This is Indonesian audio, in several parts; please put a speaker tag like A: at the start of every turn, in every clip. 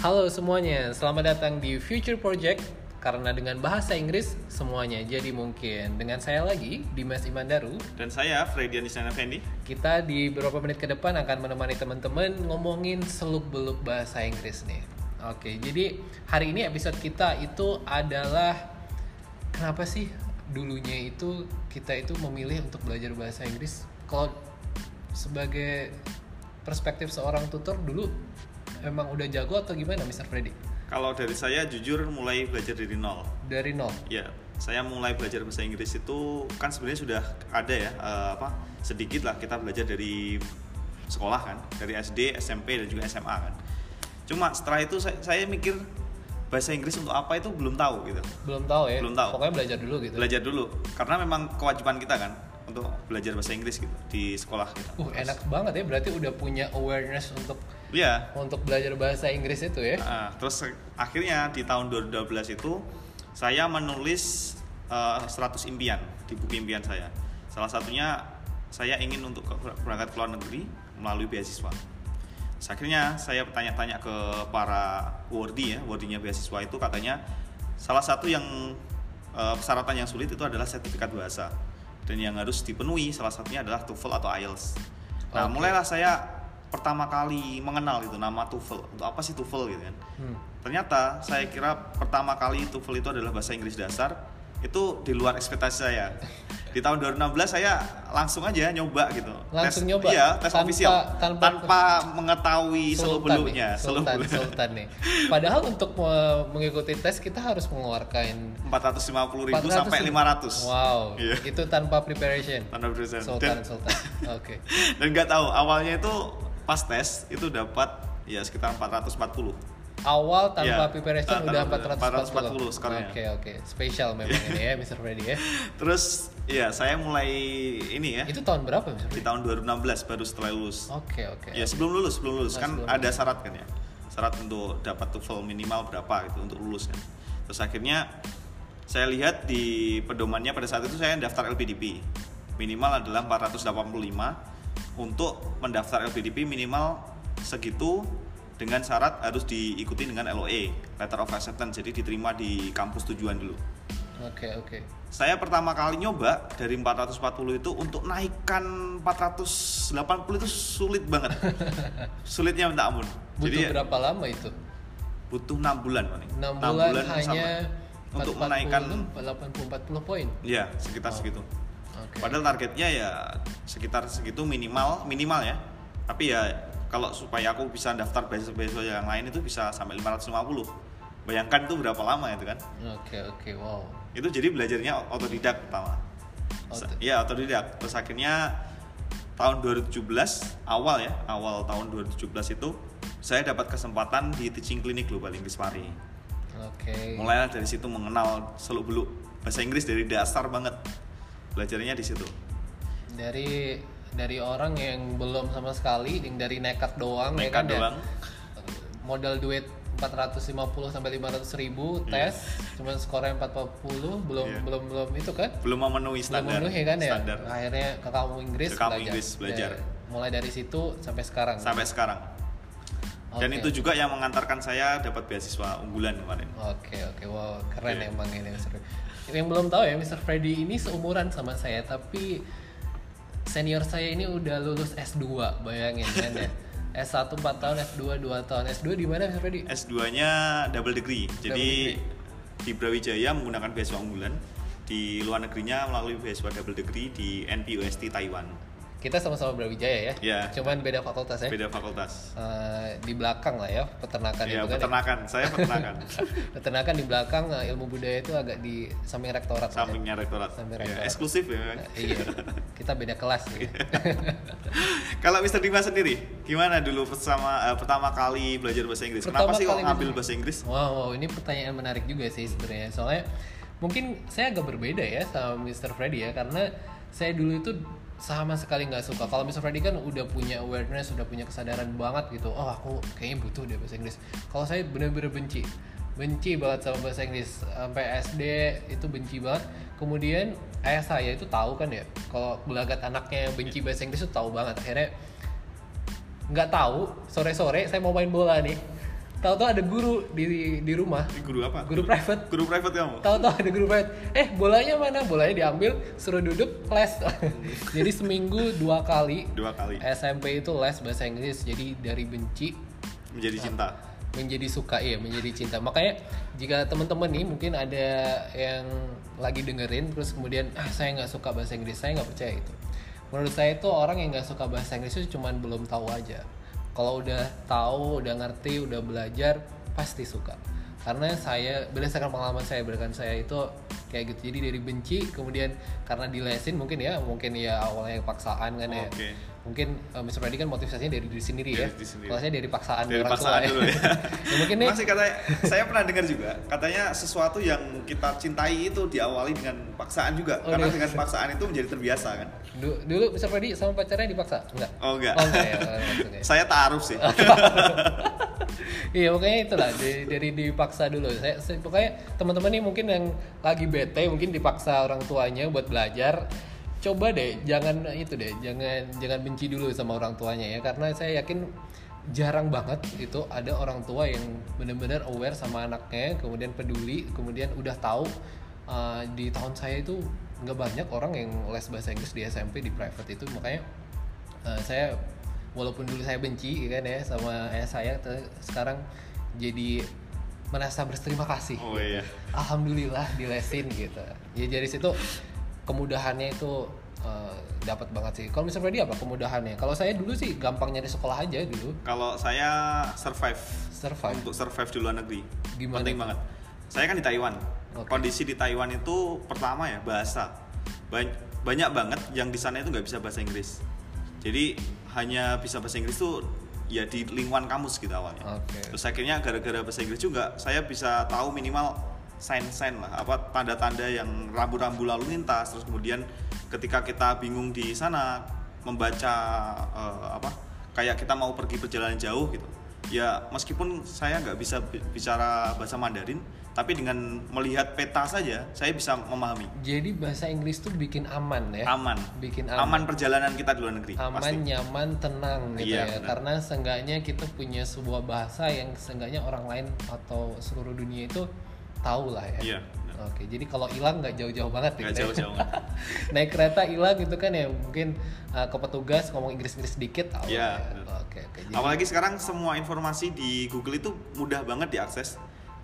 A: Halo semuanya, selamat datang di Future Project karena dengan bahasa Inggris semuanya jadi mungkin. Dengan saya lagi Dimas Imandaru,
B: Dan saya Fredian Isnan Effendi.
A: kita di beberapa menit ke depan akan menemani teman-teman ngomongin seluk-beluk bahasa Inggris nih. Oke, jadi hari ini episode kita itu adalah kenapa sih dulunya itu kita itu memilih untuk belajar bahasa Inggris? Kalau sebagai perspektif seorang tutor dulu emang udah jago atau gimana Mr. Freddy?
B: Kalau dari saya jujur mulai belajar dari nol.
A: Dari nol.
B: Ya, saya mulai belajar bahasa Inggris itu kan sebenarnya sudah ada ya eh, apa sedikit lah kita belajar dari sekolah kan, dari SD, SMP dan juga SMA kan. Cuma setelah itu saya, saya mikir bahasa Inggris untuk apa itu belum tahu gitu.
A: Belum tahu ya.
B: Belum tahu.
A: Pokoknya belajar dulu gitu.
B: Belajar dulu karena memang kewajiban kita kan untuk belajar bahasa Inggris gitu di sekolah kita.
A: Uh, enak banget ya berarti udah punya awareness untuk
B: Iya,
A: untuk belajar bahasa Inggris itu ya.
B: Ah, terus akhirnya di tahun 2012 itu saya menulis eh, 100 impian di buku impian saya. Salah satunya saya ingin untuk ke- berangkat ke luar negeri melalui beasiswa. Terus akhirnya saya bertanya-tanya ke para wardi ya, wardinya beasiswa itu katanya salah satu yang eh, persyaratan yang sulit itu adalah sertifikat bahasa dan yang harus dipenuhi salah satunya adalah TOEFL atau E IELTS. Nah,
A: Oke.
B: mulailah saya pertama kali mengenal itu nama TOEFL. Untuk apa sih TOEFL gitu kan?
A: Hmm.
B: Ternyata saya kira pertama kali TOEFL itu adalah bahasa Inggris dasar itu di luar ekspektasi saya. Di tahun 2016 saya langsung aja nyoba gitu.
A: Langsung
B: Tes-
A: nyoba?
B: Iya, tes
A: Tanpa-
B: official.
A: tanpa- ya?
B: Tanpa, mengetahui seluk beluknya, seluk
A: sultan,
B: beluk.
A: sultan nih. Padahal untuk me- mengikuti tes kita harus mengeluarkan
B: 450.000 sampai
A: 400.
B: 500.
A: Wow,
B: Iya.
A: itu tanpa preparation.
B: Tanda present.
A: Sultan,
B: Dan,
A: sultan. Oke.
B: dan nggak tahu awalnya itu pas tes itu dapat ya sekitar 440.
A: Awal tanpa
B: Iya,
A: preparation
B: tanpa-
A: udah 440.
B: 440 skornya.
A: Oke, oke. Spesial memang ini ya, Mr. Freddy ya.
B: Terus ya saya mulai ini ya
A: Itu tahun berapa, Mr.
B: di
A: Freddy?
B: tahun 2016 baru setelah lulus.
A: Oke, oke.
B: Ya sebelum lulus, sebelum lulus
A: Oh,
B: kan
A: sebelum
B: ada syarat kan ya. Syarat untuk dapat TOEFL minimal berapa gitu untuk lulus kan. Terus akhirnya saya lihat di pedomannya pada saat itu saya daftar LPDP. Minimal adalah 485 untuk mendaftar LPDP minimal segitu dengan syarat harus diikuti dengan LOE, letter of acceptance. Jadi diterima di kampus tujuan dulu.
A: Oke, oke.
B: Saya pertama kali nyoba dari 440 itu untuk naikkan 480 itu sulit banget. Sulitnya minta ampun.
A: Butuh
B: Jadi ya,
A: berapa lama itu?
B: butuh 6 bulan, Pak.
A: 6
B: Enam
A: bulan, hanya
B: sama. untuk menaikkan
A: 80 40 poin.
B: ya sekitar segitu.
A: Oh, Oke.
B: Padahal targetnya ya sekitar segitu minimal minimal ya. Tapi ya kalau supaya aku bisa daftar beasiswa-beasiswa yang lain itu bisa sampai 550. Bayangkan itu berapa lama itu kan?
A: Oke, oke. Wow.
B: itu jadi belajarnya otodidak pertama Sa-
A: Oto-
B: Iya otodidak terus akhirnya tahun 2017 awal ya awal tahun 2017 itu saya dapat kesempatan di teaching clinic global Inggris Pari
A: Oke.
B: mulailah dari situ mengenal seluk beluk bahasa Inggris dari dasar banget belajarnya di situ
A: dari dari orang yang belum sama sekali yang dari nekat doang ya
B: mereka
A: kan ya.
B: doang
A: modal duit 450 sampai 500 ribu tes cuman skornya 440 belum
B: Iya.
A: belum belum itu kan
B: belum memenuhi standar
A: belum memenuhi kan ya
B: standar
A: akhirnya ke kamu Inggris
B: Ke kamu Inggris belajar.
A: Ya, mulai dari situ sampai sekarang
B: sampai sekarang dan
A: Oke.
B: itu juga yang mengantarkan saya dapat beasiswa unggulan kemarin
A: Oke oke wow keren
B: Iya.
A: emang ini Mr. Freddy. Yang belum tahu ya Mr. Freddy ini seumuran sama saya tapi senior saya ini udah lulus S2 bayangin kan ya. S1 4 tahun, S2 2 tahun. S2 di mana Mr. Freddy?
B: S2-nya double degree. Jadi di Brawijaya menggunakan beasiswa unggulan, di luar negerinya melalui beasiswa double degree di NPUST Taiwan.
A: Kita sama-sama Brawijaya ya.
B: Iya.
A: Cuman beda fakultas ya.
B: Beda fakultas.
A: Eh, di belakang lah ya peternakan itu
B: Ya,
A: kan. ya.
B: peternakan. Saya peternakan.
A: Peternakan di belakang eh, ilmu budaya itu agak di samping rektorat. aja.
B: Sampingnya rektorat.
A: Samping
B: Ya,
A: rektorat.
B: eksklusif ya. memang.
A: Eh, iya. Kita beda kelas ya.
B: Kalau Mr. Dimas sendiri, gimana dulu pertama eh, pertama kali belajar bahasa Inggris?
A: Pertama
B: Kenapa sih kok
A: kali
B: ngambil
A: belajar-
B: bahasa Inggris?
A: Wow, wow, ini pertanyaan menarik juga sih sebenarnya. Soalnya mungkin saya agak berbeda ya sama Mr. Freddy ya karena saya dulu itu sama sekali nggak suka. Kalau Mr. Freddy kan udah punya awareness, udah punya kesadaran banget gitu. Oh, aku kayaknya butuh deh bahasa Inggris. Kalau saya bener-bener benci. Benci banget sama bahasa Inggris. Sampai SD itu benci banget. Kemudian ayah saya itu tahu kan ya, kalau belagat anaknya yang benci bahasa Inggris itu tahu banget. Akhirnya nggak tahu sore-sore saya mau main bola nih Tahu-tahu ada guru di di rumah,
B: Ini guru apa?
A: guru private.
B: Guru private kamu?
A: Tahu-tahu ada guru private. Eh, bolanya mana? Bolanya diambil, suruh duduk, les. Jadi seminggu dua kali.
B: Dua kali
A: Eh. SMP itu les bahasa Inggris. Jadi dari benci
B: menjadi cinta.
A: menjadi suka ya menjadi cinta makanya jika teman-teman nih mungkin ada yang lagi dengerin terus kemudian ah saya nggak suka bahasa Inggris saya nggak percaya itu menurut saya itu orang yang nggak suka bahasa Inggris itu cuman belum tahu aja kalau udah tahu udah ngerti udah belajar pasti suka karena saya berdasarkan pengalaman saya berdasarkan saya itu kayak gitu jadi dari benci kemudian karena dilesin mungkin ya mungkin ya awalnya paksaan kan ya
B: Oke.
A: mungkin eh, Mr. Freddy kan motivasinya dari diri sendiri ya
B: Dari diri sendiri.
A: kalau saya dari paksaan
B: Dari
A: orang
B: paksaan
A: tua
B: dulu ya.
A: Ya, mungkin nih
B: Masih katanya, saya pernah dengar juga katanya sesuatu yang kita cintai itu diawali dengan paksaan juga
A: Oh,
B: karena
A: iya.
B: dengan paksaan itu menjadi terbiasa kan.
A: du- dulu Mr. Freddy sama pacarnya dipaksa enggak
B: Oh enggak.
A: oh enggak ya oh, langsung ya.
B: saya taaruf sih.
A: iya makanya itulah dari, dari dipaksa dulu saya, saya- pokoknya teman-teman nih mungkin yang lagi bete mungkin dipaksa orang tuanya buat belajar coba deh jangan itu deh jangan jangan benci dulu sama orang tuanya ya karena saya yakin jarang banget itu ada orang tua yang benar-benar aware sama anaknya kemudian peduli kemudian udah tahu uh, di tahun saya itu nggak banyak orang yang les bahasa Inggris di SMP di private itu makanya Eh, saya walaupun dulu saya benci ya kan ya sama ayah saya te- sekarang jadi merasa berterima kasih
B: Oh iya.
A: alhamdulillah dilesin gitu ya dari situ kemudahannya itu eh, dapat banget sih kalau misalnya dia apa kemudahannya kalau saya dulu sih gampang nyari sekolah aja dulu
B: Kalau saya survive
A: survive
B: untuk survive di luar negeri.
A: Gimana
B: Penting
A: tuh?
B: banget. Saya kan di Taiwan.
A: Oke.
B: Kondisi di Taiwan itu pertama ya bahasa. Ban- banyak banget yang di sana itu nggak bisa bahasa Inggris. Jadi hanya bisa bahasa Inggris tuh ya di lingkungan kamus gitu awalnya.
A: Oke.
B: Terus akhirnya gara-gara bahasa Inggris juga saya bisa tahu minimal sign-sign lah apa tanda-tanda yang rambu-rambu lalu lintas terus kemudian ketika kita bingung di sana membaca eh, apa kayak kita mau pergi perjalanan jauh gitu ya meskipun saya nggak bisa bi- bicara bahasa Mandarin tapi dengan melihat peta saja saya bisa memahami
A: jadi bahasa Inggris tuh bikin aman ya
B: aman
A: bikin
B: aman perjalanan kita di luar negeri
A: aman
B: Gitu, pasti
A: nyaman tenang gitu ya
B: Iya, benar.
A: karena seenggaknya kita punya sebuah bahasa yang seenggaknya orang lain atau seluruh dunia itu tahu lah ya
B: Iya, benar.
A: oke jadi kalau hilang nggak jauh-jauh banget
B: nggak
A: ya.
B: jauh-jauh
A: naik kereta hilang gitu kan ya mungkin uh, ke petugas ngomong Inggris-Inggris sedikit tahu
B: Iya,
A: ya.
B: benar.
A: oke oke jadi
B: Apalagi sekarang semua informasi di Google itu mudah banget diakses.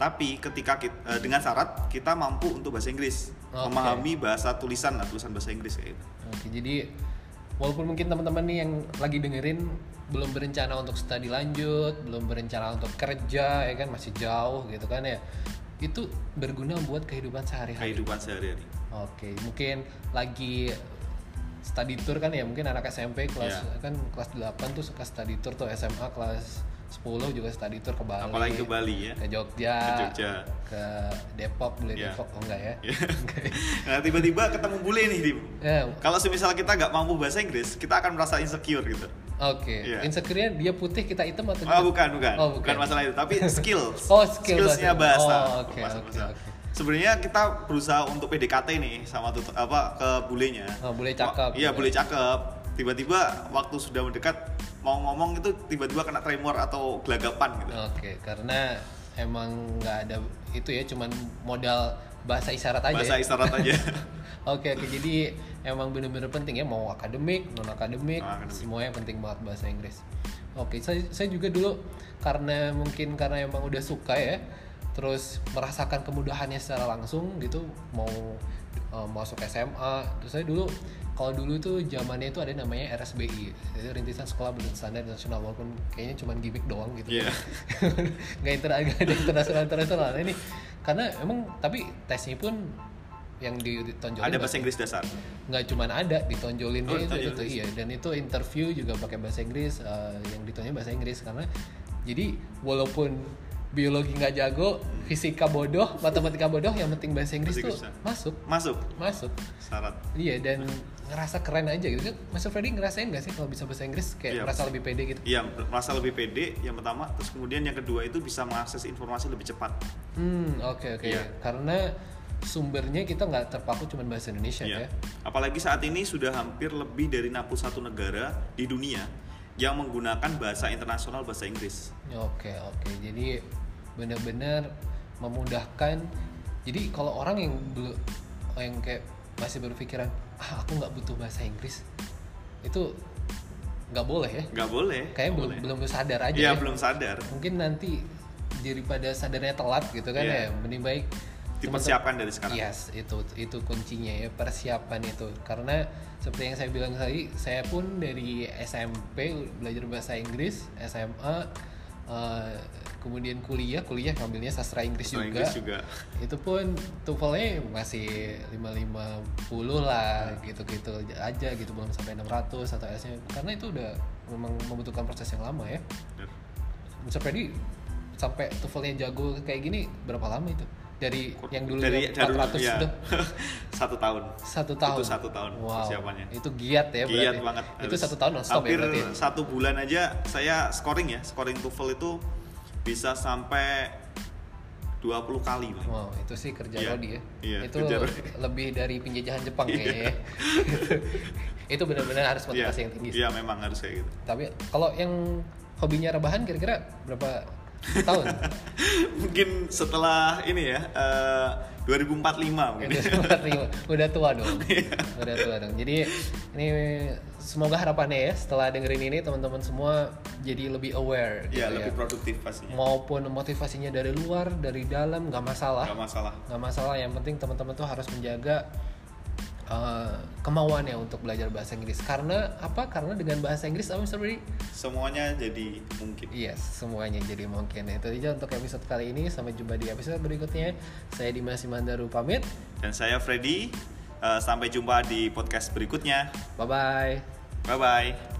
B: Tapi ketika kit- eh, dengan syarat kita mampu untuk bahasa Inggris,
A: Oke.
B: memahami bahasa tulisan lah, tulisan bahasa Inggris kayak gitu.
A: Oke, jadi walaupun mungkin teman-teman nih yang lagi dengerin belum berencana untuk studi lanjut, belum berencana untuk kerja, ya kan masih jauh gitu kan ya. Itu berguna buat kehidupan sehari-hari.
B: Kehidupan sehari-hari.
A: Iya. Oke, mungkin lagi study tour kan ya, mungkin anak SMP kelas
B: Iya.
A: kan kelas 8 tuh suka study tour tuh SMA kelas 10 juga study tour ke Bali.
B: Apalagi ke Bali ya.
A: ke Jogja,
B: Ke Jogja.
A: ke Depok, boleh
B: Iya.
A: Depok oh enggak ya?
B: nah, tiba-tiba ketemu bule nih, Dim.
A: Ya,
B: Kalau semisal kita nggak mampu bahasa Inggris, kita akan merasa insecure gitu.
A: Oke,
B: Iya.
A: insecure-nya dia putih kita hitam atau gimana?
B: Ah, bukan, bukan.
A: Oh, bukan.
B: bukan. masalah itu, tapi skills.
A: Oh, skill
B: Skillsnya
A: bahasa.
B: bahasa.
A: Oh, oke,
B: Bahasa-
A: oke,
B: bahasa.
A: oke.
B: Sebenarnya kita berusaha untuk PDKT nih sama tut- apa ke bulenya.
A: Oh, bule cakep.
B: Wah, Iya, bule cakep. Tiba-tiba waktu sudah mendekat mau ngomong itu tiba-tiba kena tremor atau gelagapan gitu.
A: Oke, karena emang nggak ada itu ya, cuman modal bahasa isyarat aja.
B: bahasa
A: ya.
B: isyarat aja.
A: Oke, oke. Jadi emang bener-bener penting ya, mau akademik, non akademik,
B: Non-akademik.
A: semuanya penting banget bahasa Inggris. Oke, saya, saya juga dulu karena mungkin karena emang udah suka ya, terus merasakan kemudahannya secara langsung gitu, mau eh, masuk SMA. Terus saya dulu kalau dulu tuh zamannya itu ada namanya RSBI, itu rintisan sekolah bentuk standar nasional walaupun kayaknya cuma gimmick doang gitu
B: Iya.
A: nggak inter nggak ada internasional internasional Nah, ini karena emang tapi tesnya pun yang ditonjolin
B: Ada bahasa Inggris dasar.
A: nggak cuman ada ditonjolinnya
B: Oh,
A: itu,
B: ditonjolin.
A: itu iya dan itu interview juga pakai bahasa Inggris eh, yang ditonjolin bahasa Inggris karena jadi walaupun biologi nggak jago fisika bodoh matematika bodoh yang penting bahasa Inggris tuh
B: Bahasa Inggris, ya.
A: masuk
B: Masuk
A: masuk
B: syarat.
A: iya dan ngerasa keren aja gitu kan Mas Freddy ngerasain nggak sih kalau bisa bahasa Inggris kayak
B: Iya,
A: merasa lebih pede gitu
B: Iya, merasa lebih pede yang pertama, terus kemudian yang kedua itu bisa mengakses informasi lebih cepat.
A: Hmm, oke oke.
B: Iya.
A: Karena sumbernya kita nggak terpaku cuma bahasa Indonesia
B: Iya.
A: ya.
B: Apalagi saat ini sudah hampir lebih dari 61 negara di dunia yang menggunakan bahasa internasional bahasa Inggris.
A: Oke oke, jadi benar-benar memudahkan. Jadi kalau orang yang belum yang kayak masih berpikiran, ah aku nggak butuh bahasa Inggris, itu nggak boleh ya.
B: Nggak boleh.
A: Kayaknya
B: nggak
A: belum
B: boleh.
A: belum sadar aja.
B: Iya
A: ya.
B: belum sadar.
A: Mungkin nanti daripada sadarnya telat gitu kan
B: Iya.
A: ya, mending baik teman-teman- Iya,
B: Dipersiapkan dari sekarang.
A: Yes, itu itu kuncinya ya persiapan itu. Karena seperti yang saya bilang tadi, saya pun dari SMP belajar bahasa Inggris, SMA, eh, kemudian kuliah, kuliah ngambilnya sastra Inggris
B: Bahasa
A: juga.
B: Inggris juga.
A: Itu pun TOEFL-nya masih 550 lah gitu-gitu aja gitu belum sampai 600 atau S-nya. Karena itu udah memang membutuhkan proses yang lama ya.
B: Bener.
A: Mr. Freddy sampai TOEFL-nya jago kayak gini berapa lama itu? Dari yang dulu
B: dari,
A: yang
B: dari
A: 400
B: ya.
A: itu
B: satu tahun.
A: satu tahun.
B: Itu satu tahun
A: Wow.
B: persiapannya.
A: Itu giat ya berarti.
B: Giat banget.
A: Itu
B: Harus-
A: satu tahun nonstop ya
B: Hampir
A: berarti. ya?
B: satu bulan aja saya scoring ya, scoring TOEFL itu bisa sampai 20 kali. Bang.
A: Wow, itu sih kerja
B: Iya.
A: Rodi ya.
B: Iya,
A: itu
B: kerja Rodi.
A: lebih dari penjajahan Jepang
B: Iya.
A: kayaknya. ya. itu benar-benar harus
B: Iya,
A: motivasi yang tinggi. sih.
B: Iya, memang harus kayak gitu.
A: Tapi kalau yang hobinya rebahan kira-kira berapa tahun?
B: mungkin setelah ini ya, eh, 2045 mungkin.
A: Itu semua
B: Iya.
A: terima. udah tua dong udah tua dong jadi ini semoga harapannya ya setelah dengerin ini teman-teman semua jadi lebih aware gitu
B: Iya,
A: ya.
B: lebih produktif pastinya.
A: maupun motivasinya dari luar dari dalam nggak masalah
B: Gak masalah.
A: nggak masalah yang penting teman-teman tuh harus menjaga eh, kemauannya untuk belajar bahasa Inggris karena apa karena dengan bahasa Inggris apa Mr. Budi?
B: Semuanya jadi mungkin.
A: Yes, semuanya jadi mungkin. Itu aja untuk episode kali ini. Sampai jumpa di episode berikutnya. Saya Dimas Mandaru pamit.
B: Dan saya Freddy, eh, sampai jumpa di podcast berikutnya.
A: Bye bye.
B: Bye-bye.